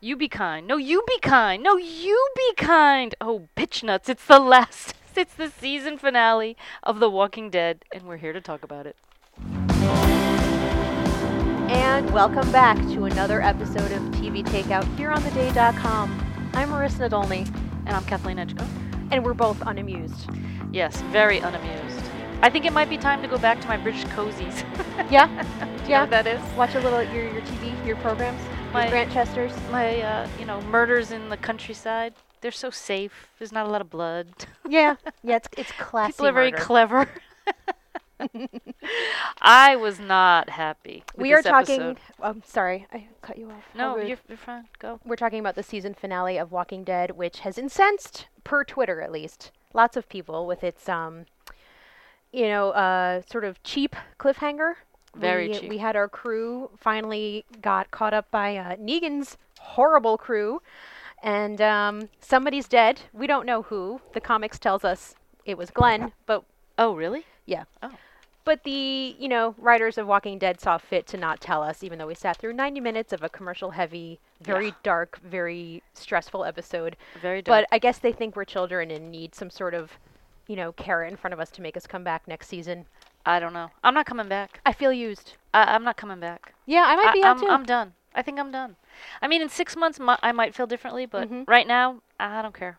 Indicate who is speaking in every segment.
Speaker 1: You be kind. No, you be kind. No, you be kind. Oh, bitch nuts. It's the last. It's the season finale of The Walking Dead, and we're here to talk about it.
Speaker 2: And welcome back to another episode of TV Takeout here on theday.com. I'm Marissa Nadolny,
Speaker 1: And I'm Kathleen Edgecombe.
Speaker 2: and we're both unamused.
Speaker 1: Yes, very unamused. I think it might be time to go back to my British cozies.
Speaker 2: Yeah?
Speaker 1: You know
Speaker 2: yeah.
Speaker 1: what that is?
Speaker 2: Watch a little your, your TV, your programs,
Speaker 1: My-
Speaker 2: your Grant Chesters.
Speaker 1: My, uh, you know, murders in the countryside. They're so safe. There's not a lot of blood.
Speaker 2: Yeah. Yeah, it's, it's classy.
Speaker 1: People are very
Speaker 2: murder.
Speaker 1: clever. I was not happy. with
Speaker 2: we are
Speaker 1: this
Speaker 2: talking.
Speaker 1: episode.
Speaker 2: I'm sorry, I cut you off. How
Speaker 1: No,
Speaker 2: rude.
Speaker 1: you're, you're fine. Go.
Speaker 2: We're talking about the season finale of Walking Dead, which has incensed, per Twitter at least, lots of people with its, um, you know, uh, sort of cheap cliffhanger.
Speaker 1: Very
Speaker 2: we,
Speaker 1: cheap.
Speaker 2: We had our crew finally got caught up by uh, Negan's horrible crew, and um, somebody's dead. We don't know who. The comics tells us it was Glenn, but
Speaker 1: Oh, really?
Speaker 2: yeah.
Speaker 1: Oh.
Speaker 2: But the, you know, writers of Walking Dead saw fit to not tell us, even though we sat through 90 minutes of a commercial heavy, very
Speaker 1: Yeah.
Speaker 2: dark, very stressful episode.
Speaker 1: Very dark.
Speaker 2: But I guess they think we're children and need some sort of, you know, carrot in front of us to make us come back next season.
Speaker 1: I don't know. I'm not coming back.
Speaker 2: I feel used.
Speaker 1: I, I'm not coming back.
Speaker 2: Yeah, I might
Speaker 1: I,
Speaker 2: be out
Speaker 1: I'm,
Speaker 2: too.
Speaker 1: I'm done. I think I'm done. I mean, in six months, mi- I might feel differently, but
Speaker 2: Mhm.
Speaker 1: right now, I don't care.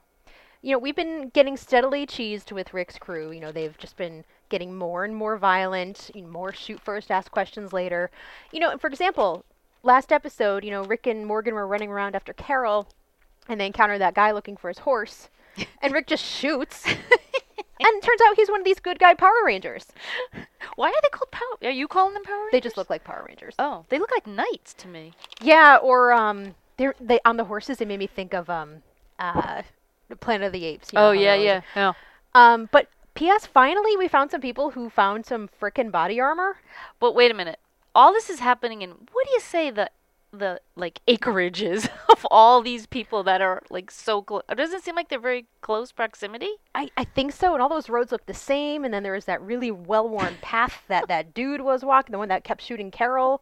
Speaker 2: you know, we've been getting steadily cheesed with Rick's crew. You know, they've just been getting more and more violent, you know, more shoot first, ask questions later. You know, for example, last episode, you know, Rick and Morgan were running around after Carol and they encounter that guy looking for his horse. and Rick just shoots. and it turns out he's one of these good guy Power Rangers.
Speaker 1: Why are they called Power? Are you calling them Power Rangers?
Speaker 2: They just look like Power Rangers.
Speaker 1: Oh, they look like knights to me.
Speaker 2: Yeah, or um they they on the horses they made me think of um uh Planet of the Apes. you know, how they always-
Speaker 1: Oh, yeah.
Speaker 2: Um, but P.S. Finally, we found some people who found some frickin' body armor.
Speaker 1: But wait a minute. All this is happening in what do you say the the like acreages of all these people that are like so close? Doesn't it seem like they're very close proximity?
Speaker 2: I, I think so, and all those roads look the same. And then there was that really well-worn path that that dude was walking, the one that kept shooting Carol.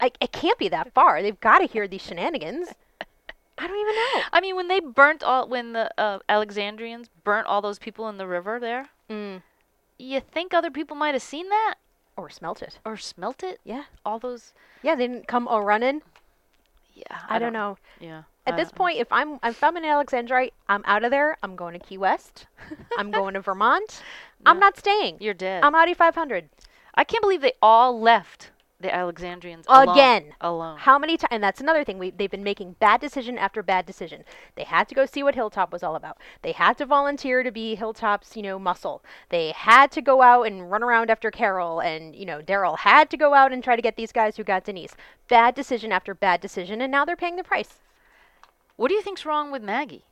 Speaker 2: I, it can't be that far. They've got to hear these shenanigans. I don't even know.
Speaker 1: I mean, when they burnt all when the uh, Alexandrians burnt all those people in the river there,
Speaker 2: Mm.
Speaker 1: you think other people might have seen that
Speaker 2: Or smelt it.
Speaker 1: or smelt it?
Speaker 2: Yeah,
Speaker 1: All those.
Speaker 2: yeah. They didn't come a running.
Speaker 1: Yeah,
Speaker 2: I, don't know.
Speaker 1: Yeah.
Speaker 2: At
Speaker 1: I
Speaker 2: this
Speaker 1: don't know.
Speaker 2: point, if I'm if I'm in Alexandrite, I'm out of there. I'm going to Key West. I'm going to Vermont. I'm not staying.
Speaker 1: you're dead.
Speaker 2: I'm Audi 500.
Speaker 1: I can't believe they all left the Alexandrians alone-
Speaker 2: Again.
Speaker 1: Alone.
Speaker 2: How many times? And that's another thing. We, they've been making bad decision after bad decision. They had to go see what Hilltop was all about. They had to volunteer to be Hilltop's, you know, muscle. They had to go out and run around after Carol, and you know, Daryl had to go out and try to get these guys who got Denise. Bad decision after bad decision, and now they're paying the price.
Speaker 1: What do you think's wrong with Maggie?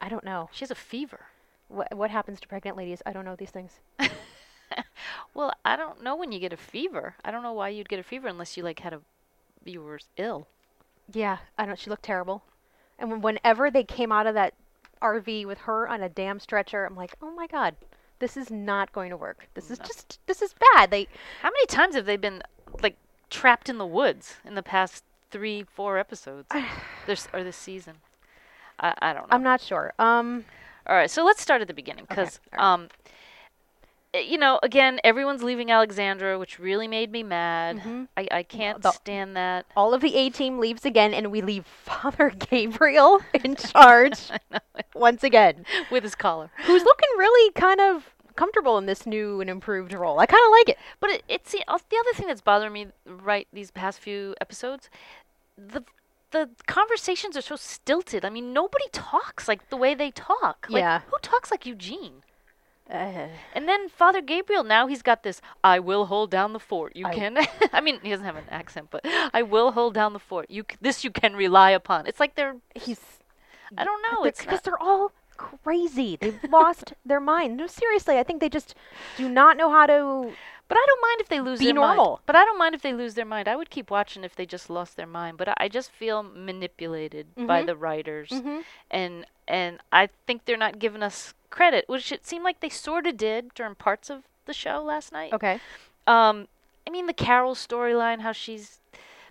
Speaker 2: I don't know
Speaker 1: She has a fever.
Speaker 2: what what happens to pregnant ladies. I don't know these things.
Speaker 1: Well, I don't know when you get a fever. I don't know why you'd get a fever unless you like had a you were ill.
Speaker 2: Yeah, I don't. She looked terrible, and when- whenever they came out of that RV with her on a damn stretcher, I'm like, oh my god, this is not going to work. This is just this is bad. They
Speaker 1: How many times have they been like trapped in the woods in the past three, four episodes? this or this season? I, I don't know.
Speaker 2: I'm not sure. Um,
Speaker 1: All right, so let's start at the beginning because, um, eh, you know, again, everyone's leaving Alexandra, which really made me mad. I, I can't
Speaker 2: the-
Speaker 1: stand that.
Speaker 2: all of the A team leaves again, and we leave Father Gabriel in charge once again,
Speaker 1: with his collar.
Speaker 2: who's looking really kind of comfortable in this new and improved role. I kind of like it.
Speaker 1: But it, it's the uh, the other thing that's bothering me right these past few episodes. The the conversations are so stilted. I mean, nobody talks like the way they talk. Like,
Speaker 2: Yeah.
Speaker 1: Who talks like Eugene? And then Father Gabriel, now he's got this I will hold down the fort. You
Speaker 2: I-
Speaker 1: can I mean, he doesn't have an accent, but I will hold down the fort. You c- this you can rely upon. It's like they're
Speaker 2: he's
Speaker 1: I don't know.
Speaker 2: It's
Speaker 1: It's
Speaker 2: because
Speaker 1: not,
Speaker 2: they're all crazy. They've lost their mind. No, seriously, I think they just do not know how to.
Speaker 1: but I don't mind if they lose
Speaker 2: Be
Speaker 1: their mind.
Speaker 2: normal.
Speaker 1: But I don't mind if they lose their mind. I would keep watching if they just lost their mind, but I, I just feel manipulated by
Speaker 2: Mm-hmm.
Speaker 1: the writers. And and I think they're not giving us credit, which it seemed like they sort of did during parts of the show last night.
Speaker 2: Okay.
Speaker 1: Um, I mean the Carol storyline, how she's,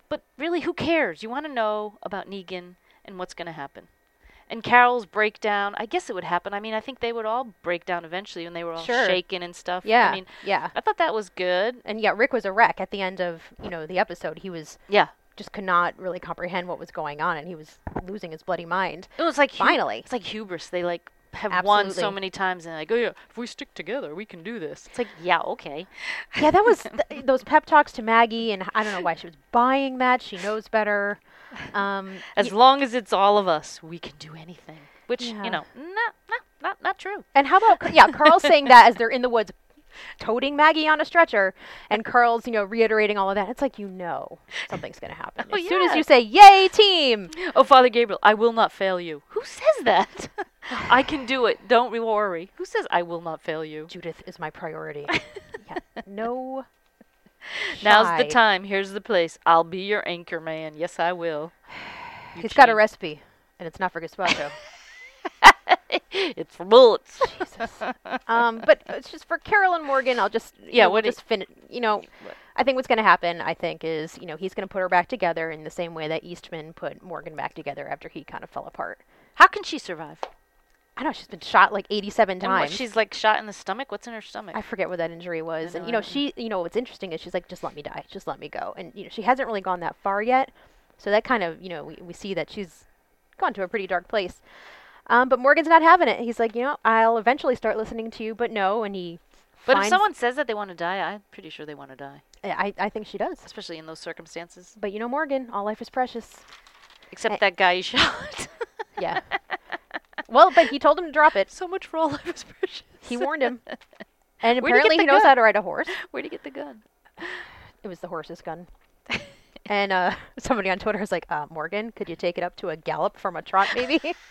Speaker 1: but really, who cares? You want to know about Negan and what's going to happen. And Carol's breakdown, I guess it would happen. I mean, I think they would all break down eventually when they were all
Speaker 2: Sure.
Speaker 1: shaken and stuff.
Speaker 2: Yeah.
Speaker 1: I mean,
Speaker 2: yeah.
Speaker 1: I thought that was good.
Speaker 2: And yeah, Rick was a wreck at the end of, you know, the episode. He was
Speaker 1: Yeah.
Speaker 2: just could not really comprehend what was going on and he was losing his bloody mind.
Speaker 1: It was like hu-
Speaker 2: Finally.
Speaker 1: it's like hubris. They like have won so
Speaker 2: Absolutely.
Speaker 1: many times and like, oh yeah, if we stick together, we can do this. It's like, yeah, okay.
Speaker 2: Yeah, that was th- those pep talks to Maggie and I don't know why she was buying that. She knows better. Um
Speaker 1: As long as it's all of us, we can do anything. Which
Speaker 2: Yeah.
Speaker 1: you know, not not not not true.
Speaker 2: And how about yeah, Carl's saying that as they're in the woods, toting Maggie on a stretcher, and Carl's you know reiterating all of that. It's like you know something's gonna happen
Speaker 1: Oh,
Speaker 2: as soon as
Speaker 1: yeah.
Speaker 2: you say "Yay, team!"
Speaker 1: Oh, Father Gabriel, I will not fail you. Who says that? I can do it. Don't re- worry. Who says I will not fail you?
Speaker 2: Judith is my priority. yeah, no.
Speaker 1: Now's the
Speaker 2: shy.
Speaker 1: time. Here's the place. I'll be your anchor man. Yes, I will. You
Speaker 2: He's got a
Speaker 1: can't-
Speaker 2: recipe, and it's not for gazpacho.
Speaker 1: it's for bullets.
Speaker 2: Jesus. Um, but it's just for Carol and Morgan. I'll just you
Speaker 1: Yeah,
Speaker 2: know,
Speaker 1: what do
Speaker 2: just fin- you know.
Speaker 1: What?
Speaker 2: I think what's going to happen, I think, is you know he's going to put her back together in the same way that Eastman put Morgan back together after he kind of fell apart.
Speaker 1: How can she survive?
Speaker 2: I know she's been shot like 87
Speaker 1: And what,
Speaker 2: times.
Speaker 1: she's like shot in the stomach. What's in her stomach?
Speaker 2: I forget what that injury was.
Speaker 1: know,
Speaker 2: and
Speaker 1: I
Speaker 2: you know,
Speaker 1: don't know.
Speaker 2: she you know what's interesting is she's like, just let me die, just let me go. And you know, she hasn't really gone that far yet. So that kind of you know, we, we see that she's gone to a pretty dark place. Um, but Morgan's not having it. He's like, you know, I'll eventually start listening to you, but no. And he,
Speaker 1: But if
Speaker 2: finds-
Speaker 1: someone says that they want to die, I'm pretty sure they want to die,
Speaker 2: I, I think she does.
Speaker 1: especially in those circumstances.
Speaker 2: But you know, Morgan, all life is precious.
Speaker 1: Except
Speaker 2: Eh.
Speaker 1: that guy you shot.
Speaker 2: Yeah. well, but he told him to drop it.
Speaker 1: so much for all life is precious.
Speaker 2: He warned him.
Speaker 1: Where'd he
Speaker 2: And
Speaker 1: get
Speaker 2: apparently,
Speaker 1: the
Speaker 2: he knows
Speaker 1: gun?
Speaker 2: how to ride a horse.
Speaker 1: Where'd he get the gun?
Speaker 2: It was the horse's gun. and uh, somebody on Twitter was like, uh, Morgan, could you take it up to a gallop from a trot, maybe?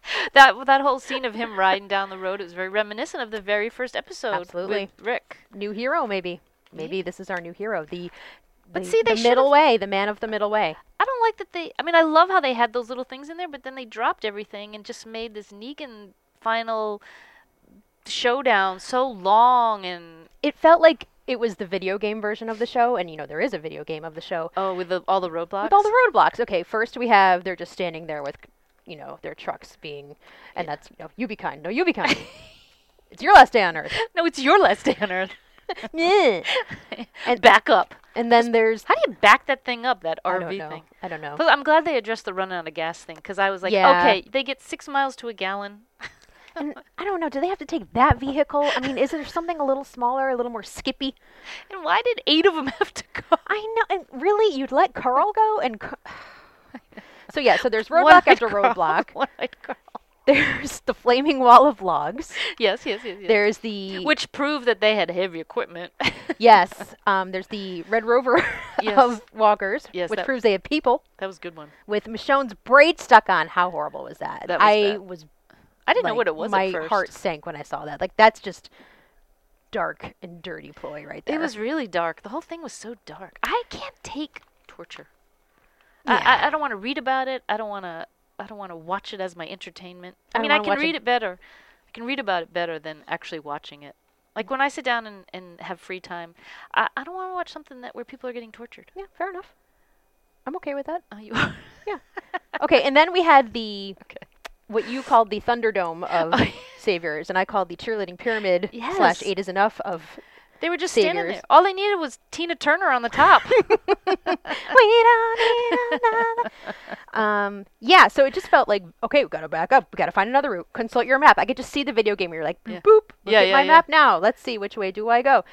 Speaker 1: That that whole scene of him riding down the road it was very reminiscent of the very first episode
Speaker 2: Absolutely.
Speaker 1: with Rick.
Speaker 2: new hero, maybe. Maybe this is our new hero. The,
Speaker 1: But
Speaker 2: the-
Speaker 1: see, they
Speaker 2: the middle
Speaker 1: should've-
Speaker 2: way, the man of the middle way.
Speaker 1: I don't like that they. I mean, I love how they had those little things in there, but then they dropped everything and just made this Negan final showdown so long and
Speaker 2: It felt like it was the video game version of the show, and you know there is a video game of the show
Speaker 1: oh with the, all the roadblocks.
Speaker 2: with all the roadblocks. Okay, first we have they're just standing there with, you know, their trucks being, and that's no, you be kind, no, you be kind. it's your last day on Earth.
Speaker 1: no, it's your last day on Earth.
Speaker 2: Nyeh.
Speaker 1: and back up.
Speaker 2: and then there's
Speaker 1: How do you back that thing up? That
Speaker 2: I
Speaker 1: RV
Speaker 2: don't know.
Speaker 1: thing.
Speaker 2: I don't know.
Speaker 1: But I'm glad they addressed the run out of gas thing because I was like,
Speaker 2: Yeah.
Speaker 1: okay, they get six miles to a gallon.
Speaker 2: And I don't know. Do they have to take that vehicle? I mean, is there something a little smaller, a little more skippy?
Speaker 1: And why did eight of them have to go?
Speaker 2: I know. And really, you'd let Carl go and. Ca- so yeah, so there's
Speaker 1: One-eyed
Speaker 2: roadblock after
Speaker 1: Carl,
Speaker 2: roadblock.
Speaker 1: one-eyed Carl.
Speaker 2: There's the flaming wall of logs.
Speaker 1: Yes, yes, yes. yes.
Speaker 2: There's the
Speaker 1: Which proved that they had heavy equipment.
Speaker 2: yes. Um, there's the Red Rover
Speaker 1: Yes.
Speaker 2: of walkers,
Speaker 1: Yes,
Speaker 2: which
Speaker 1: that-
Speaker 2: proves they had people.
Speaker 1: that was a good one.
Speaker 2: With Michonne's braid stuck on, how horrible was that?
Speaker 1: That was
Speaker 2: I
Speaker 1: bad.
Speaker 2: was.
Speaker 1: I didn't know
Speaker 2: like,
Speaker 1: what it was
Speaker 2: My
Speaker 1: at first.
Speaker 2: heart sank when I saw that. Like that's just dark and dirty ploy right there.
Speaker 1: It was really dark. The whole thing was so dark. I can't take torture.
Speaker 2: Yeah.
Speaker 1: I, I, I don't want to read about it. I don't want to. I don't want to watch it as my entertainment. I,
Speaker 2: I
Speaker 1: mean,
Speaker 2: don't
Speaker 1: I
Speaker 2: wanna
Speaker 1: can
Speaker 2: watch it-
Speaker 1: read it. better. I can read about it better than actually watching it. Like when I sit down and, and have free time, I, I don't want to watch something that where people are getting tortured.
Speaker 2: Yeah, fair enough. I'm okay with that.
Speaker 1: Oh, you are.
Speaker 2: Yeah. Okay, and then we had the
Speaker 1: Okay. Oh,
Speaker 2: what you called the Thunderdome of saviors, and I called the cheerleading pyramid slash
Speaker 1: Yes.
Speaker 2: eight is enough of
Speaker 1: They were just standing
Speaker 2: Saviors.
Speaker 1: there. All they needed was Tina Turner on the top.
Speaker 2: we don't need another. Um, yeah, so it just felt like okay, we gotta back up. We gotta find another route. Consult your map. I could just see the video game. where You're like boop,
Speaker 1: Yeah.
Speaker 2: boop. Look
Speaker 1: Yeah,
Speaker 2: at
Speaker 1: yeah,
Speaker 2: my
Speaker 1: yeah.
Speaker 2: map now. Let's see which way do I go.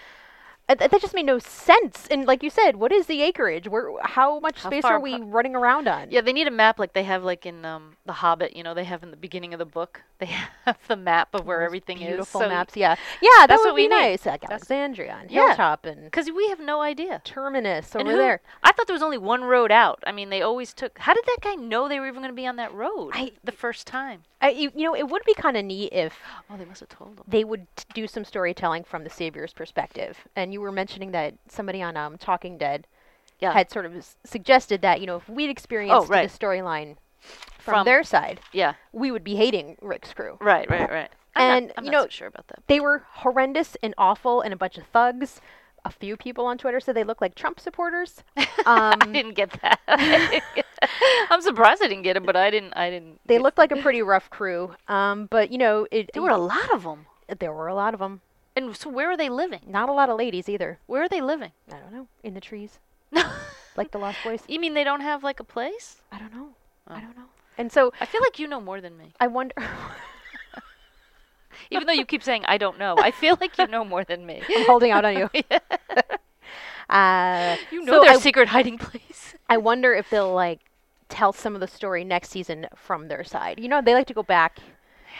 Speaker 2: Uh, th- that just made no sense. And like you said, what is the acreage? Where how much
Speaker 1: How
Speaker 2: space
Speaker 1: far
Speaker 2: are we
Speaker 1: apa-
Speaker 2: running around on?
Speaker 1: Yeah, they need a map like they have like in um, The Hobbit, you know, they have in the beginning of the book. They have the map of where
Speaker 2: Those
Speaker 1: everything
Speaker 2: beautiful
Speaker 1: is.
Speaker 2: maps. Yeah, yeah, that
Speaker 1: that's
Speaker 2: would
Speaker 1: what
Speaker 2: be
Speaker 1: we need.
Speaker 2: nice. Like
Speaker 1: That's-
Speaker 2: Alexandria and
Speaker 1: Yeah.
Speaker 2: Hilltop and
Speaker 1: Because we have no idea.
Speaker 2: Terminus
Speaker 1: And
Speaker 2: over
Speaker 1: who-
Speaker 2: there.
Speaker 1: I thought there was only one road out. I mean, they always took. How did that guy know they were even going to be on that road
Speaker 2: I-
Speaker 1: the first time?
Speaker 2: I, you, you know, it would be kind of neat if
Speaker 1: Oh, they must have told him.
Speaker 2: they would t- do some storytelling from the Savior's perspective. And you were mentioning that somebody on um, Talking Dead
Speaker 1: Yeah. Oh,
Speaker 2: had sort of s- suggested that, you know, if we'd experienced
Speaker 1: right.
Speaker 2: the storyline from,
Speaker 1: From-
Speaker 2: their side,
Speaker 1: Yeah.
Speaker 2: we would be hating Rick's crew.
Speaker 1: Right. Right. Right. I'm
Speaker 2: And,
Speaker 1: not, I'm
Speaker 2: you
Speaker 1: not
Speaker 2: know-
Speaker 1: so sure about that.
Speaker 2: They were horrendous and awful and a bunch of thugs. A few people on Twitter said they look like Trump supporters. Um,
Speaker 1: I didn't get that. I'm surprised I didn't get it, but I didn't. I didn't.
Speaker 2: They looked like a pretty rough crew. Um, but you know, it,
Speaker 1: There were a lot of them.
Speaker 2: there were a lot of them.
Speaker 1: And so where are they living?
Speaker 2: Not a lot of ladies either.
Speaker 1: Where are they living?
Speaker 2: I don't know. In the trees, like the Lost Boys.
Speaker 1: you mean they don't have like a place?
Speaker 2: I don't know.
Speaker 1: Oh.
Speaker 2: I don't know. And so
Speaker 1: I feel like you know more than me.
Speaker 2: I wonder.
Speaker 1: Even though you keep saying I don't know, I feel like you know more than me.
Speaker 2: I'm holding out on you. Uh,
Speaker 1: You know
Speaker 2: so
Speaker 1: their
Speaker 2: I-
Speaker 1: secret hiding place.
Speaker 2: I wonder if they'll like tell some of the story next season from their side. You know, they like to go back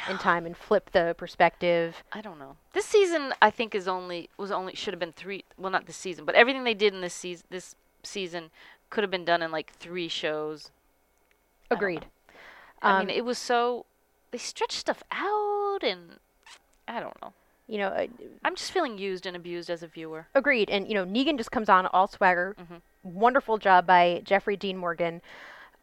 Speaker 2: in time and flip the perspective.
Speaker 1: I don't know. This season, I think, is only was only should have been three. Well, not this season, but everything they did in this season, this season, could have been done in like three shows. I don't know.
Speaker 2: Agreed.
Speaker 1: I
Speaker 2: Um,
Speaker 1: mean, it was so they stretched stuff out, and I don't know.
Speaker 2: You know, uh,
Speaker 1: I'm just feeling used and abused as a viewer.
Speaker 2: agreed. And you know, Negan just comes on all swagger.
Speaker 1: Mhm.
Speaker 2: Wonderful job by Jeffrey Dean Morgan.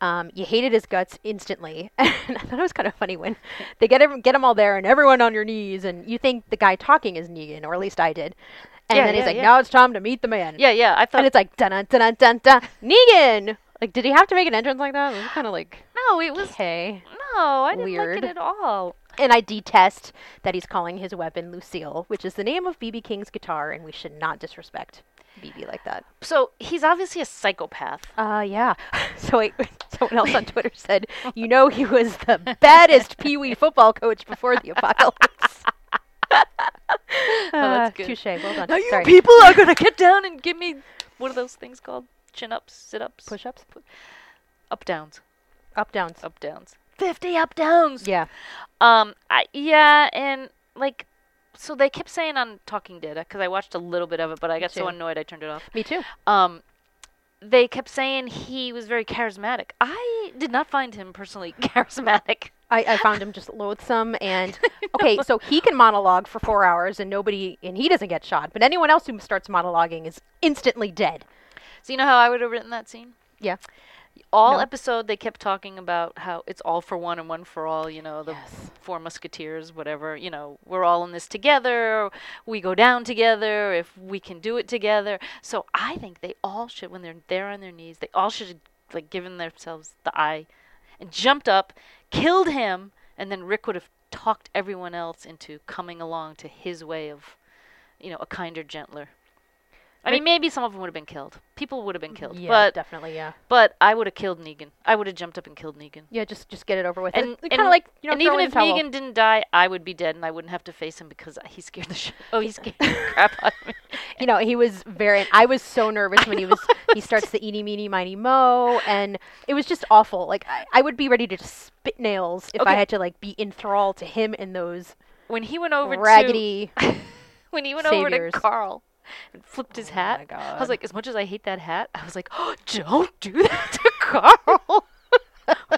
Speaker 2: Um, you hated his guts instantly, and I thought it was kind of funny when they get him, get him all there and everyone on your knees, and you think the guy talking is Negan, or at least I did. And
Speaker 1: Yeah,
Speaker 2: then he's
Speaker 1: yeah,
Speaker 2: like,
Speaker 1: yeah.
Speaker 2: "Now it's time to meet the man."
Speaker 1: Yeah, yeah. I thought
Speaker 2: and it's like dun dun dun dun dun Negan. Like, did he have to make an entrance like that? It was kind of like
Speaker 1: no, it was
Speaker 2: okay.
Speaker 1: no. I didn't like
Speaker 2: Weird.
Speaker 1: it at all.
Speaker 2: And I detest that he's calling his weapon Lucille, which is the name of BB King's guitar, and we should not disrespect BB like that.
Speaker 1: So he's obviously a psychopath.
Speaker 2: Uh, yeah. so I, someone else on Twitter said, you know, he was the baddest Pee Wee football coach before the apocalypse. Oh,
Speaker 1: that's
Speaker 2: Uh,
Speaker 1: good.
Speaker 2: Touche. Well done.
Speaker 1: Now you
Speaker 2: Sorry.
Speaker 1: people are gonna get down and give me what are those things called? Chin ups, sit ups,
Speaker 2: Push-ups,
Speaker 1: up downs,
Speaker 2: up downs.
Speaker 1: up downs. Fifty up downs.
Speaker 2: Yeah.
Speaker 1: Um. I, yeah, and like, so they kept saying on Talking Dead because I watched a little bit of it, but I got so
Speaker 2: too.
Speaker 1: annoyed I turned it off.
Speaker 2: Me too.
Speaker 1: Um. They kept saying he was very charismatic. I did not find him personally charismatic.
Speaker 2: I, I found him just loathsome and okay, so he can monologue for four hours and nobody and he doesn't get shot, but anyone else who starts monologuing is instantly dead.
Speaker 1: So you know how I would have written that scene?
Speaker 2: Yeah.
Speaker 1: All
Speaker 2: No.
Speaker 1: episode they kept talking about how it's all for one and one for all, you know, the
Speaker 2: Yes.
Speaker 1: four musketeers, whatever, you know, we're all in this together, we go down together, if we can do it together. So I think they all should when they're there on their knees, they all should have like given themselves the eye and jumped up, killed him, and then Rick would have talked everyone else into coming along to his way of you know, a kinder, gentler. I mean, maybe some of them would have been killed. People would have been killed,
Speaker 2: Yeah,
Speaker 1: but
Speaker 2: definitely, yeah.
Speaker 1: but I would have killed Negan. I would have jumped up and killed Negan.
Speaker 2: Yeah, just just get it over with.
Speaker 1: And,
Speaker 2: It's kinda like you know,
Speaker 1: and
Speaker 2: throw
Speaker 1: even
Speaker 2: in
Speaker 1: if
Speaker 2: the towel.
Speaker 1: Negan didn't die, I would be dead, and I wouldn't have to face him because he scared the shit. Oh, he scared the crap out of me.
Speaker 2: you know, he was very I was so nervous when he was he starts the eeny meeny miny mo and it was just awful. Like I, I would be ready to just spit nails if I
Speaker 1: Okay.
Speaker 2: had to like be in thrall to him and those
Speaker 1: When he went over
Speaker 2: raggedy
Speaker 1: to when he went over
Speaker 2: saviors. Oh
Speaker 1: to Carl and flipped his hat, I was
Speaker 2: God.
Speaker 1: like, as much as I hate that hat, I was like, oh, don't do that to Carl.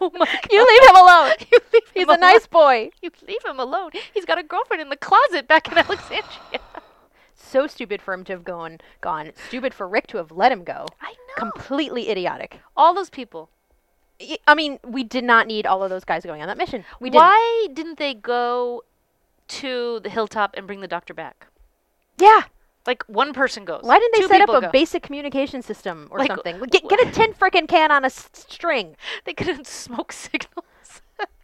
Speaker 1: oh my god!
Speaker 2: You leave him alone.
Speaker 1: You leave him
Speaker 2: He's a
Speaker 1: alone.
Speaker 2: nice boy.
Speaker 1: You leave him alone. He's got a girlfriend in the closet back in Alexandria.
Speaker 2: So stupid for him to have gone gone. Stupid for Rick to have let him go.
Speaker 1: I know.
Speaker 2: completely idiotic.
Speaker 1: all those people.
Speaker 2: Y- I mean, we did not need all of those guys going on that mission. We did.
Speaker 1: Why didn't they go to the hilltop and bring the doctor back?
Speaker 2: Yeah.
Speaker 1: Like one person goes.
Speaker 2: Why didn't they
Speaker 1: Two
Speaker 2: set up
Speaker 1: people
Speaker 2: a
Speaker 1: go.
Speaker 2: basic communication system or
Speaker 1: Like,
Speaker 2: something?
Speaker 1: wh-
Speaker 2: Get, get a tin frickin' can on a s- string.
Speaker 1: They couldn't smoke signals.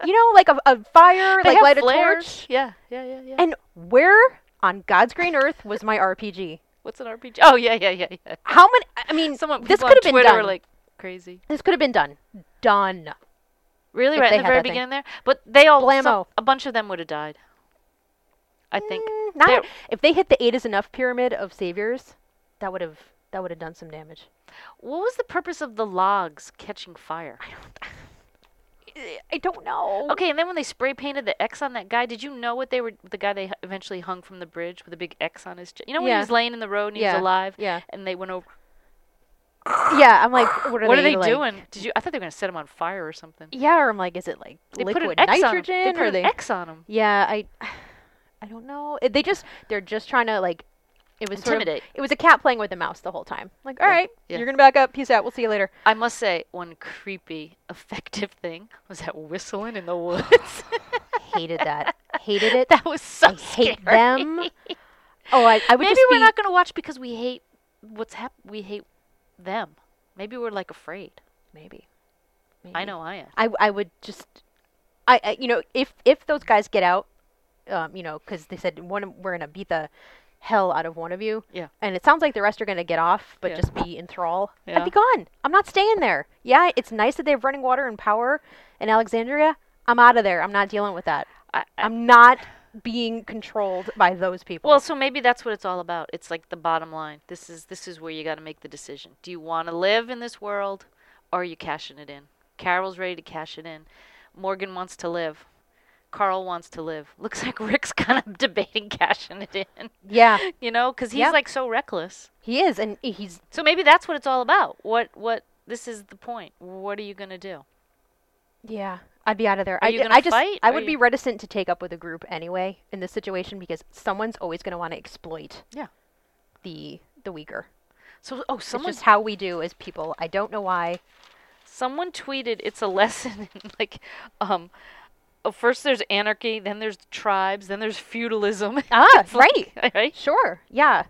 Speaker 2: You know, like a, a fire,
Speaker 1: They
Speaker 2: like
Speaker 1: have
Speaker 2: light
Speaker 1: flares.
Speaker 2: a torch.
Speaker 1: Yeah, yeah, yeah, yeah.
Speaker 2: And where on God's green earth was my RPG?
Speaker 1: What's an RPG? Oh yeah, yeah, yeah, yeah.
Speaker 2: How many? I mean,
Speaker 1: Someone
Speaker 2: this
Speaker 1: people
Speaker 2: could
Speaker 1: on
Speaker 2: have been
Speaker 1: Twitter were
Speaker 2: done.
Speaker 1: like crazy.
Speaker 2: this could have been done. Done.
Speaker 1: Really,
Speaker 2: If
Speaker 1: right
Speaker 2: they
Speaker 1: in the
Speaker 2: had
Speaker 1: very
Speaker 2: that thing.
Speaker 1: beginning there. But they all some-
Speaker 2: Blammo.
Speaker 1: a bunch of them would have died. I think.
Speaker 2: Mm,
Speaker 1: They're-
Speaker 2: not, if they hit the eight is enough pyramid of saviors, that would have that would have done some damage.
Speaker 1: What was the purpose of the logs catching fire?
Speaker 2: I don't know.
Speaker 1: Okay, and then when they spray painted the X on that guy, did you know what they were? The guy they h- eventually hung from the bridge with a big X on his. Ch- you know when
Speaker 2: Yeah.
Speaker 1: he was laying in the road and he
Speaker 2: Yeah.
Speaker 1: was alive.
Speaker 2: Yeah.
Speaker 1: And they went over.
Speaker 2: Yeah, I'm like, what are
Speaker 1: what
Speaker 2: they,
Speaker 1: are they
Speaker 2: like-
Speaker 1: doing? Did you? I thought they were gonna set him on fire or something.
Speaker 2: Yeah, or I'm like, is it like
Speaker 1: They put
Speaker 2: liquid
Speaker 1: an X
Speaker 2: nitrogen?
Speaker 1: on him. They
Speaker 2: or
Speaker 1: put
Speaker 2: they?
Speaker 1: an X on him.
Speaker 2: yeah, I, I don't know. It- They just they're just trying to like, it was sort of-
Speaker 1: Intimidate.
Speaker 2: it was a cat playing with a mouse the whole time. Like, all
Speaker 1: Yeah,
Speaker 2: right,
Speaker 1: yeah.
Speaker 2: you're gonna back up. Peace out. We'll see you later.
Speaker 1: I must say, one creepy, effective thing was that whistling in the woods.
Speaker 2: Hated that. Hated it.
Speaker 1: that was so
Speaker 2: I hate
Speaker 1: scary.
Speaker 2: them. Oh, I, I would
Speaker 1: Maybe
Speaker 2: just
Speaker 1: we're
Speaker 2: be.
Speaker 1: not gonna watch because we hate what's hap- We hate them. Maybe we're like afraid.
Speaker 2: maybe.
Speaker 1: I know I am.
Speaker 2: I, I would just, I, I you know if if those guys get out, um, you know, because they said one of- we're gonna beat the hell out of one of you.
Speaker 1: Yeah.
Speaker 2: And it sounds like the rest are gonna get off, but
Speaker 1: Yeah.
Speaker 2: just be in thrall.
Speaker 1: Yeah.
Speaker 2: I'd be gone. I'm not staying there. Yeah, it's nice that they have running water and power in Alexandria. I'm out of there. I'm not dealing with that.
Speaker 1: I, I,
Speaker 2: I'm not being controlled by those people.
Speaker 1: well, so maybe that's what it's all about. It's like the bottom line. This is this is where you got to make the decision. Do you want to live in this world, or are you cashing it in? Carol's ready to cash it in. Morgan wants to live. Carl wants to live. Looks like Rick's kind of debating cashing it in.
Speaker 2: yeah,
Speaker 1: You know, because he's
Speaker 2: Yeah.
Speaker 1: like so reckless.
Speaker 2: he is, and he's
Speaker 1: So maybe that's what it's all about. What what this is the point. What are you gonna do?
Speaker 2: Yeah, I'd be out of there.
Speaker 1: Are
Speaker 2: I,
Speaker 1: you
Speaker 2: d-
Speaker 1: gonna
Speaker 2: I just,
Speaker 1: fight?
Speaker 2: I
Speaker 1: Are
Speaker 2: would be
Speaker 1: you-
Speaker 2: reticent to take up with a group anyway in this situation because someone's always going to want to exploit.
Speaker 1: Yeah.
Speaker 2: The the weaker.
Speaker 1: So oh someone
Speaker 2: It's just how we do as people. I don't know why.
Speaker 1: someone tweeted it's a lesson in like um oh, first there's anarchy, then there's tribes, then there's feudalism.
Speaker 2: Ah,
Speaker 1: It's like-
Speaker 2: right.
Speaker 1: right?
Speaker 2: Sure. Yeah.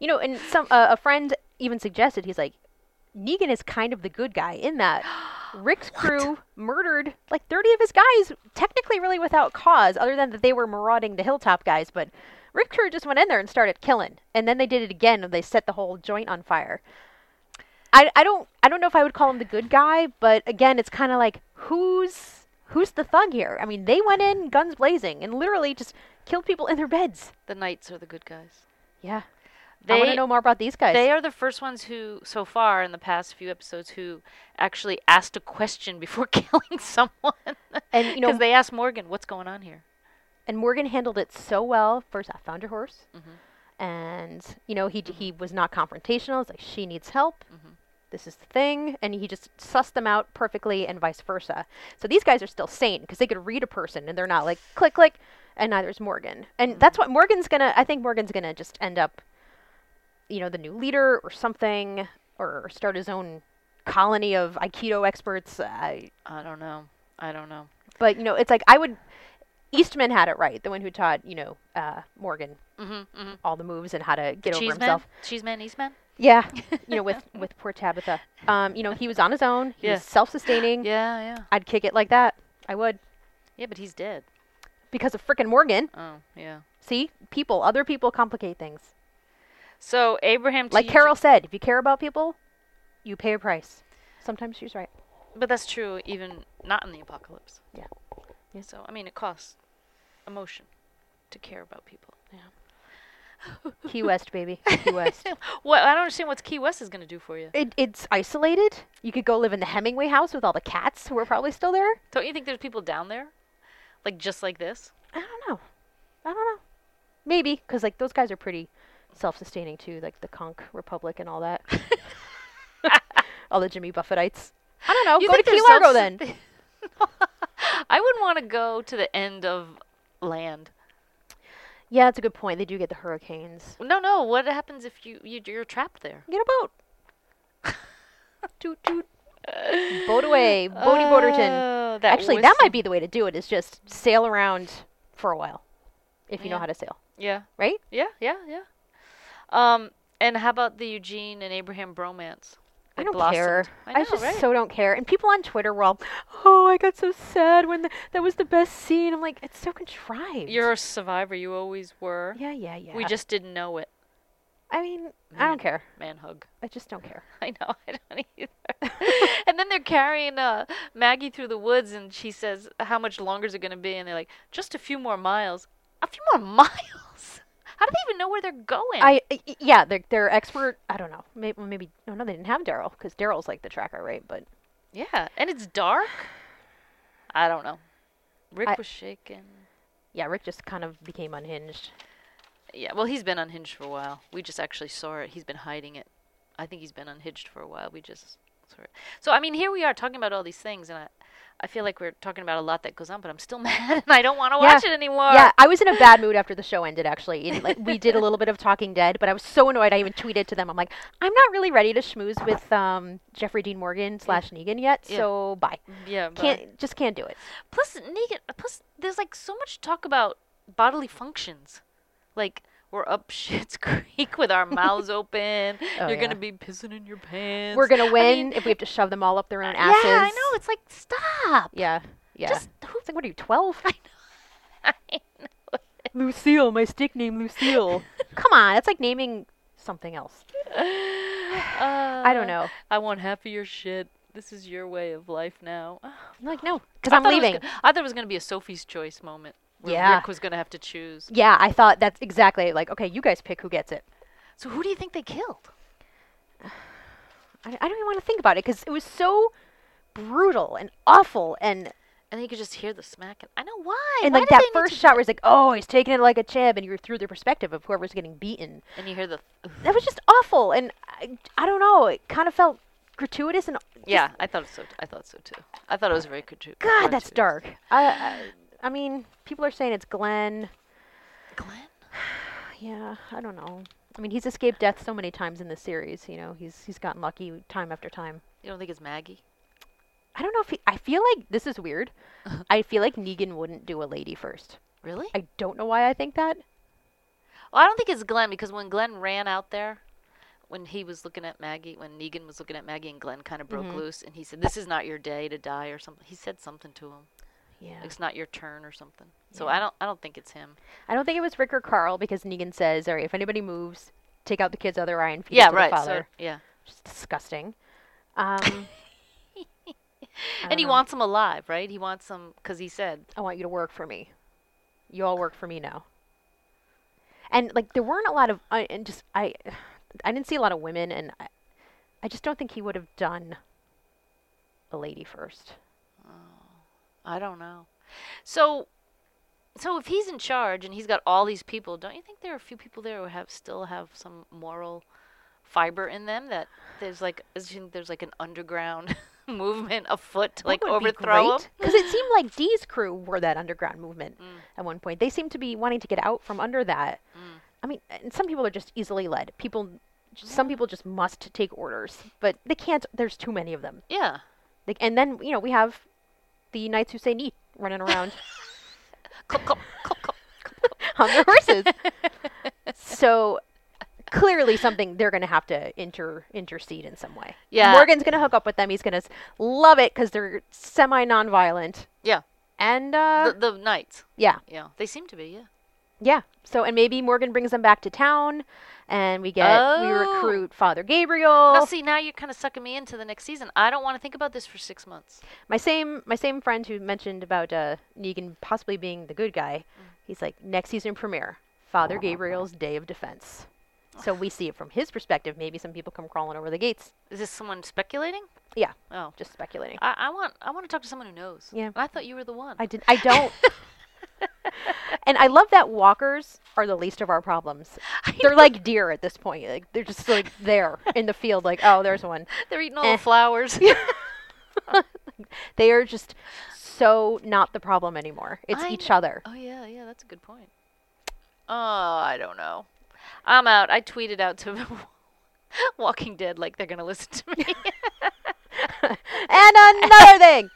Speaker 2: you know, and some uh, a friend even suggested he's like, Negan is kind of the good guy in that Rick's crew murdered like 30 of his guys, technically really without cause, other than that they were marauding the hilltop guys. But Rick's crew just went in there and started killing, and then they did it again, and they set the whole joint on fire. I, I don't I don't know if I would call him the good guy, but again, it's kind of like who's who's the thug here? I mean, they went in guns blazing and literally just killed people in their beds.
Speaker 1: The knights are the good guys.
Speaker 2: Yeah. I want
Speaker 1: They
Speaker 2: to know more about these guys.
Speaker 1: they are the first ones who so far in the past few episodes who actually asked a question before killing someone.
Speaker 2: And, you know-
Speaker 1: because they asked Morgan, what's going on here?
Speaker 2: and Morgan handled it so well. First, I found her horse, Mm-hmm. and you know he d he was not confrontational. It's like she needs help. This is the thing, and he just sussed them out perfectly, and vice versa. So these guys are still sane because they could read a person, and they're not like click click. And neither is Morgan, and that's what Morgan's gonna. I think Morgan's gonna just end up, you know, the new leader or something, or start his own colony of Aikido experts. I,
Speaker 1: I don't know. I don't know.
Speaker 2: But you know, it's like I would. Eastman had it right, the one who taught you know uh, Morgan
Speaker 1: Mm-hmm, mm-hmm.
Speaker 2: all the moves and how to get over
Speaker 1: Cheese man,
Speaker 2: himself.
Speaker 1: cheese man, Eastman.
Speaker 2: Yeah, you know, with with poor Tabitha. Um, you know, he was on his own. He
Speaker 1: Yeah.
Speaker 2: was self-sustaining.
Speaker 1: Yeah, yeah,
Speaker 2: I'd kick it like that. I would
Speaker 1: yeah. But he's dead.
Speaker 2: because of frickin' Morgan.
Speaker 1: Oh, yeah.
Speaker 2: See, people, other people complicate things.
Speaker 1: So Abraham, to
Speaker 2: Like
Speaker 1: you-
Speaker 2: Carol said, if you care about people, you pay a price. Sometimes she's right.
Speaker 1: but that's true even not in the apocalypse.
Speaker 2: Yeah.
Speaker 1: Yeah. So I mean, it costs emotion to care about people.
Speaker 2: Key West, baby. Key West.
Speaker 1: What I don't understand what's Key West is going to do for you.
Speaker 2: It, it's isolated. You could go live in the Hemingway house with all the cats who are probably still there.
Speaker 1: Don't you think there's people down there, like just like this?
Speaker 2: I don't know. I don't know. Maybe because like those guys are pretty self-sustaining too, like the Conk Republic and all that. all the Jimmy Buffettites. I don't know.
Speaker 1: You
Speaker 2: go to
Speaker 1: think
Speaker 2: Key
Speaker 1: they're
Speaker 2: Largo
Speaker 1: self-sust-
Speaker 2: then.
Speaker 1: I wouldn't want to go to the end of land.
Speaker 2: Yeah, that's a good point. They do get the hurricanes.
Speaker 1: No, no. What happens if you, you you're trapped there?
Speaker 2: Get a boat. toot toot. Boat away, Bodie Borderton.
Speaker 1: Oh, that
Speaker 2: Actually, that
Speaker 1: whistle.
Speaker 2: might be the way to do it. Is just sail around for a while, if you know
Speaker 1: Yeah.
Speaker 2: how to sail,
Speaker 1: Yeah.
Speaker 2: right?
Speaker 1: Yeah, yeah, yeah. Um, and how about the Eugene and Abraham bromance?
Speaker 2: I
Speaker 1: that
Speaker 2: don't
Speaker 1: blossomed?
Speaker 2: care.
Speaker 1: I,
Speaker 2: I,
Speaker 1: know,
Speaker 2: just
Speaker 1: right?
Speaker 2: so don't care. And people on Twitter were all, "Oh, I got so sad when the, that was the best scene." I'm like, it's so contrived.
Speaker 1: You're a survivor. You always were.
Speaker 2: yeah, yeah, yeah.
Speaker 1: We just Mm. didn't know it.
Speaker 2: I mean, I
Speaker 1: Man.
Speaker 2: don't care.
Speaker 1: Man hug.
Speaker 2: I just don't care.
Speaker 1: I know. I don't either. and then they're carrying uh, Maggie through the woods, and she says, "How much longer is it going to be?" And they're like, "Just a few more miles." A few more miles. How do they even know where they're going?
Speaker 2: I I- I- yeah, they're they're expert. I don't know. Maybe maybe no, no, they didn't have Daryl because Daryl's like the tracker, right? But
Speaker 1: yeah, and it's dark. I don't know. Rick
Speaker 2: I-
Speaker 1: was shaken.
Speaker 2: yeah, Rick just kind of became unhinged.
Speaker 1: Yeah, well, he's been unhinged for a while. We just actually saw it. He's been hiding it. I think he's been unhinged for a while. We just saw it. So, I mean, here we are talking about all these things, and I, I feel like we're talking about a lot that goes on, but I'm still mad, and I don't want to
Speaker 2: Yeah.
Speaker 1: watch it anymore.
Speaker 2: Yeah, I was in a bad mood after the show ended. Actually, and, like we did a little bit of Talking Dead, but I was so annoyed. I even tweeted to them. I'm like, I'm not really ready to schmooze with um, Jeffrey Dean Morgan slash Negan yet.
Speaker 1: Yeah.
Speaker 2: So bye.
Speaker 1: Yeah, but-
Speaker 2: Can't just can't do it.
Speaker 1: Plus, Negan. Plus, there's like so much talk about bodily functions, like we're up shit's creek with our mouths open.
Speaker 2: Oh,
Speaker 1: You're
Speaker 2: yeah.
Speaker 1: gonna be pissing in your pants.
Speaker 2: We're gonna win
Speaker 1: mean-
Speaker 2: if we have to shove them all up their own
Speaker 1: Yeah,
Speaker 2: asses.
Speaker 1: I know. It's like stop.
Speaker 2: Yeah, yeah.
Speaker 1: Just who
Speaker 2: it's like, what are you, twelve?
Speaker 1: I know.
Speaker 2: Lucille, my stick name Lucille. Come on, that's like naming something else. I don't
Speaker 1: Uh,
Speaker 2: know.
Speaker 1: I want half of your shit. This is your way of life now.
Speaker 2: I'm like, no, because I'm
Speaker 1: thought it was
Speaker 2: leaving.
Speaker 1: go- I thought it was gonna be a Sophie's Choice moment where
Speaker 2: Yeah.
Speaker 1: Rick was gonna have to choose.
Speaker 2: Yeah, I thought that's exactly like, okay, you guys pick who gets it.
Speaker 1: So who do you think they killed?
Speaker 2: I, I don't even want to think about it because it was so brutal and awful and
Speaker 1: And then you could just hear the smacking. I know why.
Speaker 2: and
Speaker 1: Why
Speaker 2: like
Speaker 1: did
Speaker 2: that
Speaker 1: they need
Speaker 2: first
Speaker 1: to-
Speaker 2: shot where he's like, oh, he's taking it like a champ, and you're through the perspective of whoever's getting beaten.
Speaker 1: And you hear the.
Speaker 2: That was just awful, and I, I don't know, it kind of felt gratuitous and just-
Speaker 1: Yeah, I thought so. I thought so too. I thought it was very gratu-
Speaker 2: God,
Speaker 1: gratuitous.
Speaker 2: that's dark. I, I I mean, people are saying it's Glenn.
Speaker 1: Glenn.
Speaker 2: Yeah, I don't know. I mean, he's escaped death so many times in this series. You know, he's he's gotten lucky time after time.
Speaker 1: You don't think it's Maggie?
Speaker 2: I don't know if he, I feel like this is weird. I feel like Negan wouldn't do a lady first.
Speaker 1: Really?
Speaker 2: I don't know why I think that.
Speaker 1: Well, I don't think it's Glenn because when Glenn ran out there, when he was looking at Maggie, when Negan was looking at Maggie, and Glenn kind of broke
Speaker 2: Mm-hmm.
Speaker 1: loose, and he said, "This is not your day to die," or something. He said something to him.
Speaker 2: Yeah.
Speaker 1: It's not your turn, or something. So I don't. I don't think it's him.
Speaker 2: I don't think it was Rick or Carl because Negan says, "All right, if anybody moves, take out the kid's other eye and feed it
Speaker 1: Yeah.
Speaker 2: to
Speaker 1: Right.
Speaker 2: the
Speaker 1: So
Speaker 2: father."
Speaker 1: yeah.
Speaker 2: Just disgusting. Um,
Speaker 1: And he wants him alive, right? He wants him because he said
Speaker 2: I want you to work for me. You all work for me now. And like there weren't a lot of I and just I I didn't see a lot of women and I, I just don't think he would have done a lady first.
Speaker 1: I don't know. So, so if he's in charge and he's got all these people, don't you think there are a few people there who have still have some moral fiber in them that there's like as you- there's like an underground movement afoot to like overthrow him? Mm.
Speaker 2: Because it seemed like Dee's crew were that underground movement at one point. They seemed to be wanting to get out from under that.
Speaker 1: Mm.
Speaker 2: I mean, and some people are just easily led. People, just, some people just must take orders, but they can't. There's too many of them.
Speaker 1: Yeah,
Speaker 2: Like, and then you know we have the knights who say "neat" running around
Speaker 1: Clup, clup, clup, clup.
Speaker 2: on their horses. so clearly, something they're going to have to inter intercede in some way.
Speaker 1: Yeah.
Speaker 2: Morgan's going to hook up with them. He's going to love it because they're semi nonviolent.
Speaker 1: yeah.
Speaker 2: And uh,
Speaker 1: The, the knights,
Speaker 2: yeah,
Speaker 1: yeah, they seem to be. Yeah,
Speaker 2: yeah. So and maybe Morgan brings them back to town, and we get we
Speaker 1: Oh.
Speaker 2: recruit Father Gabriel.
Speaker 1: now see, now you're kind of sucking me into the next season. I don't want to think about this for six months.
Speaker 2: My same my same friend who mentioned about uh, Negan possibly being the good guy, he's like next season premiere, Father Gabriel's Day of Defense. So we see it from his perspective. Maybe some people come crawling over the gates.
Speaker 1: Is this someone speculating?
Speaker 2: Yeah,
Speaker 1: Oh,
Speaker 2: just speculating.
Speaker 1: I, I want I want to talk to someone who knows.
Speaker 2: Yeah.
Speaker 1: and I thought you were the one.
Speaker 2: I did. I don't. and I love that walkers are the least of our problems. They're like deer at this point. Like they're just like there in the field. Like oh, there's one.
Speaker 1: They're eating all
Speaker 2: Eh.
Speaker 1: the flowers.
Speaker 2: They are just so not the problem anymore. It's
Speaker 1: I
Speaker 2: each
Speaker 1: kn-
Speaker 2: other.
Speaker 1: Oh yeah, yeah, that's a good point. Oh, I don't know. I'm out. I tweeted out to Walking Dead like they're gonna listen to me.
Speaker 2: and another thing,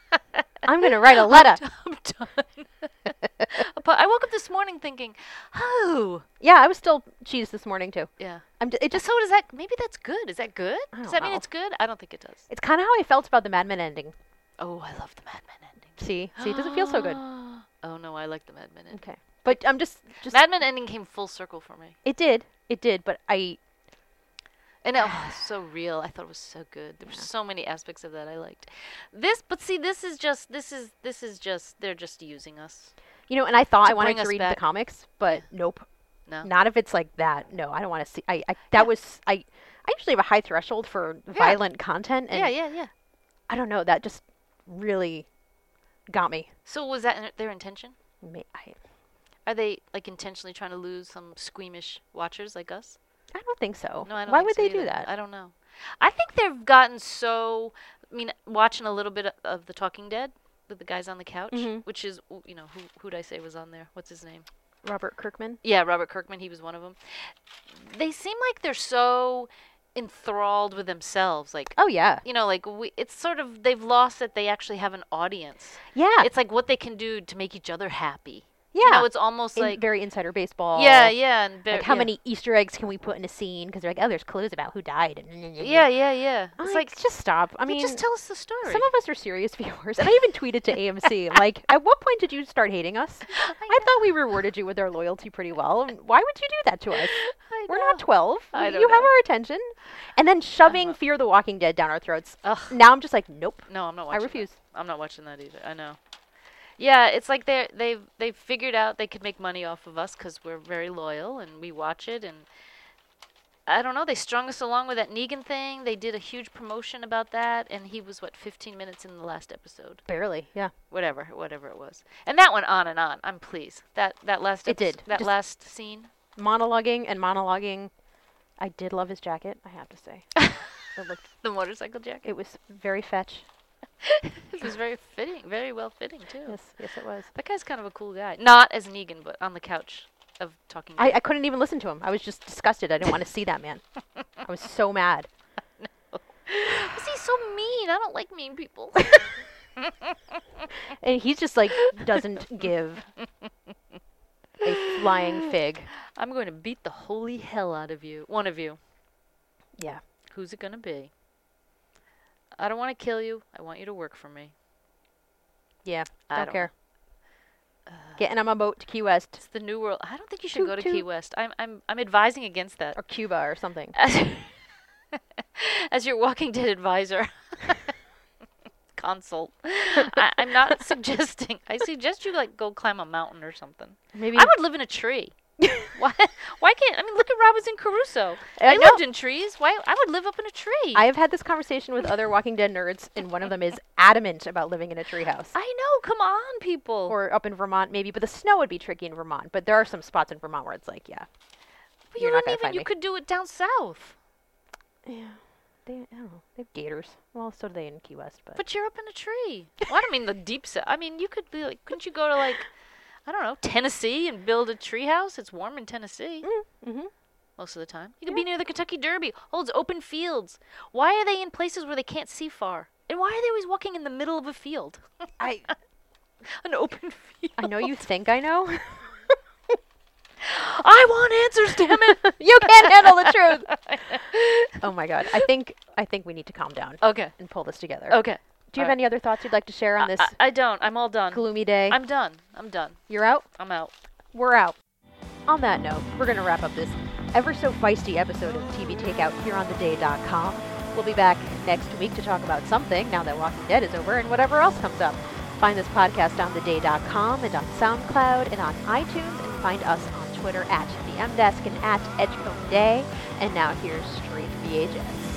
Speaker 2: I'm gonna write a letter.
Speaker 1: I'm done. but I woke up this morning thinking, oh,
Speaker 2: Yeah, I was still cheese this morning too.
Speaker 1: yeah.
Speaker 2: I'm just, it just
Speaker 1: So does that? Maybe that's good. Is that good?
Speaker 2: I
Speaker 1: Does
Speaker 2: don't
Speaker 1: that mean
Speaker 2: know.
Speaker 1: it's good? I don't think it does.
Speaker 2: it's kind of how I felt about the Mad Men ending.
Speaker 1: Oh, I love the Mad Men ending.
Speaker 2: See, see, it doesn't feel so good.
Speaker 1: Oh no, I like the Mad Men ending.
Speaker 2: Okay, but I'm just just
Speaker 1: Mad Men ending came full circle for me,
Speaker 2: it did it did, but I
Speaker 1: and it was so real. I thought it was so good. There were so many aspects of that I liked. This, but see, this is just this is this is just they're just using us.
Speaker 2: you know, and I thought
Speaker 1: To
Speaker 2: I wanted
Speaker 1: bring
Speaker 2: to
Speaker 1: us
Speaker 2: read
Speaker 1: back.
Speaker 2: the comics, but nope,
Speaker 1: No,
Speaker 2: not if it's like that. No, I don't want to see. I, I that was I I usually have a high threshold for violent content, and
Speaker 1: yeah, yeah, yeah.
Speaker 2: I don't know that just really got me.
Speaker 1: So was that in- their intention?
Speaker 2: Ma- I,
Speaker 1: Are they like intentionally trying to lose some squeamish watchers like us?
Speaker 2: I don't think so.
Speaker 1: No, I don't.
Speaker 2: Why
Speaker 1: think
Speaker 2: would
Speaker 1: so
Speaker 2: they do
Speaker 1: either.
Speaker 2: that?
Speaker 1: I don't know. I think they've gotten so. I mean, watching a little bit of, of The Talking Dead with the guys on the couch,
Speaker 2: Mm-hmm.
Speaker 1: which is w- you know who who'd I say was on there? What's his name?
Speaker 2: Robert Kirkman.
Speaker 1: Yeah, Robert Kirkman, he was one of them. They seem like they're so enthralled with themselves. Like,
Speaker 2: Oh yeah,
Speaker 1: you know, like we, it's sort of, they've lost that they actually have an audience.
Speaker 2: yeah.
Speaker 1: It's like what they can do to make each other happy.
Speaker 2: Yeah.
Speaker 1: You know, it's almost
Speaker 2: In-
Speaker 1: like
Speaker 2: very insider baseball.
Speaker 1: yeah, yeah, and ver-
Speaker 2: Like how
Speaker 1: yeah.
Speaker 2: many Easter eggs can we put in a scene? Because they're like, oh, there's clues about who died. And
Speaker 1: Yeah, yeah, yeah.
Speaker 2: I'm
Speaker 1: It's
Speaker 2: like,
Speaker 1: like
Speaker 2: just stop. I
Speaker 1: I mean,
Speaker 2: mean,
Speaker 1: just tell us the story.
Speaker 2: some of us are serious viewers, and I even tweeted to AMC like, at what point did you start hating us?
Speaker 1: I
Speaker 2: I thought we rewarded you with our loyalty pretty well. and Why would you do that to us?
Speaker 1: I
Speaker 2: We're
Speaker 1: know.
Speaker 2: not 12.
Speaker 1: I
Speaker 2: You-
Speaker 1: don't
Speaker 2: you have
Speaker 1: know.
Speaker 2: our attention. And then shoving Fear the Walking Dead down our throats.
Speaker 1: Ugh.
Speaker 2: Now I'm just like, nope.
Speaker 1: No, I'm not
Speaker 2: I
Speaker 1: watching. that.
Speaker 2: refuse.
Speaker 1: I'm not watching that either. I know. Yeah, it's like they they they figured out they could make money off of us because we're very loyal and we watch it and I don't know. They strung us along with that Negan thing. They did a huge promotion about that, and he was what 15 minutes in the last episode,
Speaker 2: Barely. Yeah.
Speaker 1: whatever, whatever it was. And that went on and on. I'm pleased that that last
Speaker 2: It
Speaker 1: epis-
Speaker 2: did.
Speaker 1: that
Speaker 2: Just-
Speaker 1: last scene.
Speaker 2: Monologuing and monologuing. I did love his jacket, I have to say. it looked
Speaker 1: The motorcycle jacket.
Speaker 2: it was very fetch.
Speaker 1: It was very fitting, very well fitting too.
Speaker 2: Yes, yes it was.
Speaker 1: That guy's kind of a cool guy. Not as Negan, but on the couch of talking.
Speaker 2: I, I couldn't even listen to him. I was just disgusted. I didn't want to see that man. I was so mad.
Speaker 1: Because he's so mean. I don't like mean people.
Speaker 2: And he's just like doesn't give a flying fig.
Speaker 1: I'm going to beat the holy hell out of you. One of you.
Speaker 2: Yeah.
Speaker 1: Who's it going to be? I don't want to kill you. I want you to work for me.
Speaker 2: Yeah.
Speaker 1: I
Speaker 2: Don't,
Speaker 1: don't Uh.
Speaker 2: care. Getting on my boat to Key West
Speaker 1: It's the new world. I don't think you should go to
Speaker 2: Toot toot.
Speaker 1: Key West. I'm I'm I'm advising against that.
Speaker 2: or Cuba or something.
Speaker 1: As, as your Walking Dead advisor. consult. I, I'm not suggesting. I suggest you like go climb a mountain or something.
Speaker 2: Maybe
Speaker 1: I would live in a tree. why? Why can't? I mean, look at Robinson Crusoe.
Speaker 2: I
Speaker 1: They
Speaker 2: know.
Speaker 1: lived in trees. Why? I would live up in a tree.
Speaker 2: I have had this conversation with other Walking Dead nerds, and one of them is adamant about living in a treehouse.
Speaker 1: I know. Come on, people.
Speaker 2: Or up in Vermont, maybe, but the snow would be tricky in Vermont. But there are some spots in Vermont where it's like, yeah.
Speaker 1: but
Speaker 2: you're
Speaker 1: you
Speaker 2: not
Speaker 1: don't
Speaker 2: gonna
Speaker 1: even.
Speaker 2: find
Speaker 1: you
Speaker 2: me.
Speaker 1: could do it down south.
Speaker 2: Yeah. They, I don't know. They have gators. Well, so do they in Key West, but.
Speaker 1: But you're up in a tree. Well, I don't mean the deep south. I mean, you could be like, couldn't you go to like, I don't know, Tennessee and build a tree house? It's warm in Tennessee
Speaker 2: mm-hmm.
Speaker 1: most of the time. You could be near the Kentucky Derby. Holds open fields. Why are they in places where they can't see far? And why are they always walking in the middle of a field?
Speaker 2: I,
Speaker 1: An open field.
Speaker 2: I know you think I know.
Speaker 1: I want answers, damn it.
Speaker 2: you can't handle the truth. oh my god. I think I think we need to calm down
Speaker 1: okay.
Speaker 2: and pull this together.
Speaker 1: Okay.
Speaker 2: Do you have
Speaker 1: All
Speaker 2: any other thoughts you'd like to share on this
Speaker 1: I, I don't. I'm all done.
Speaker 2: gloomy day?
Speaker 1: I'm done. I'm done.
Speaker 2: You're out.
Speaker 1: I'm out.
Speaker 2: We're out. On that note, we're going to wrap up this ever so feisty episode of TV Takeout here on theday.com. We'll be back next week to talk about something now that Walking Dead is over and whatever else comes up. Find this podcast on theday.com and on SoundCloud and on iTunes and find us on Twitter at the MDesk and at EdgecombDay. And now here's Straight VHS.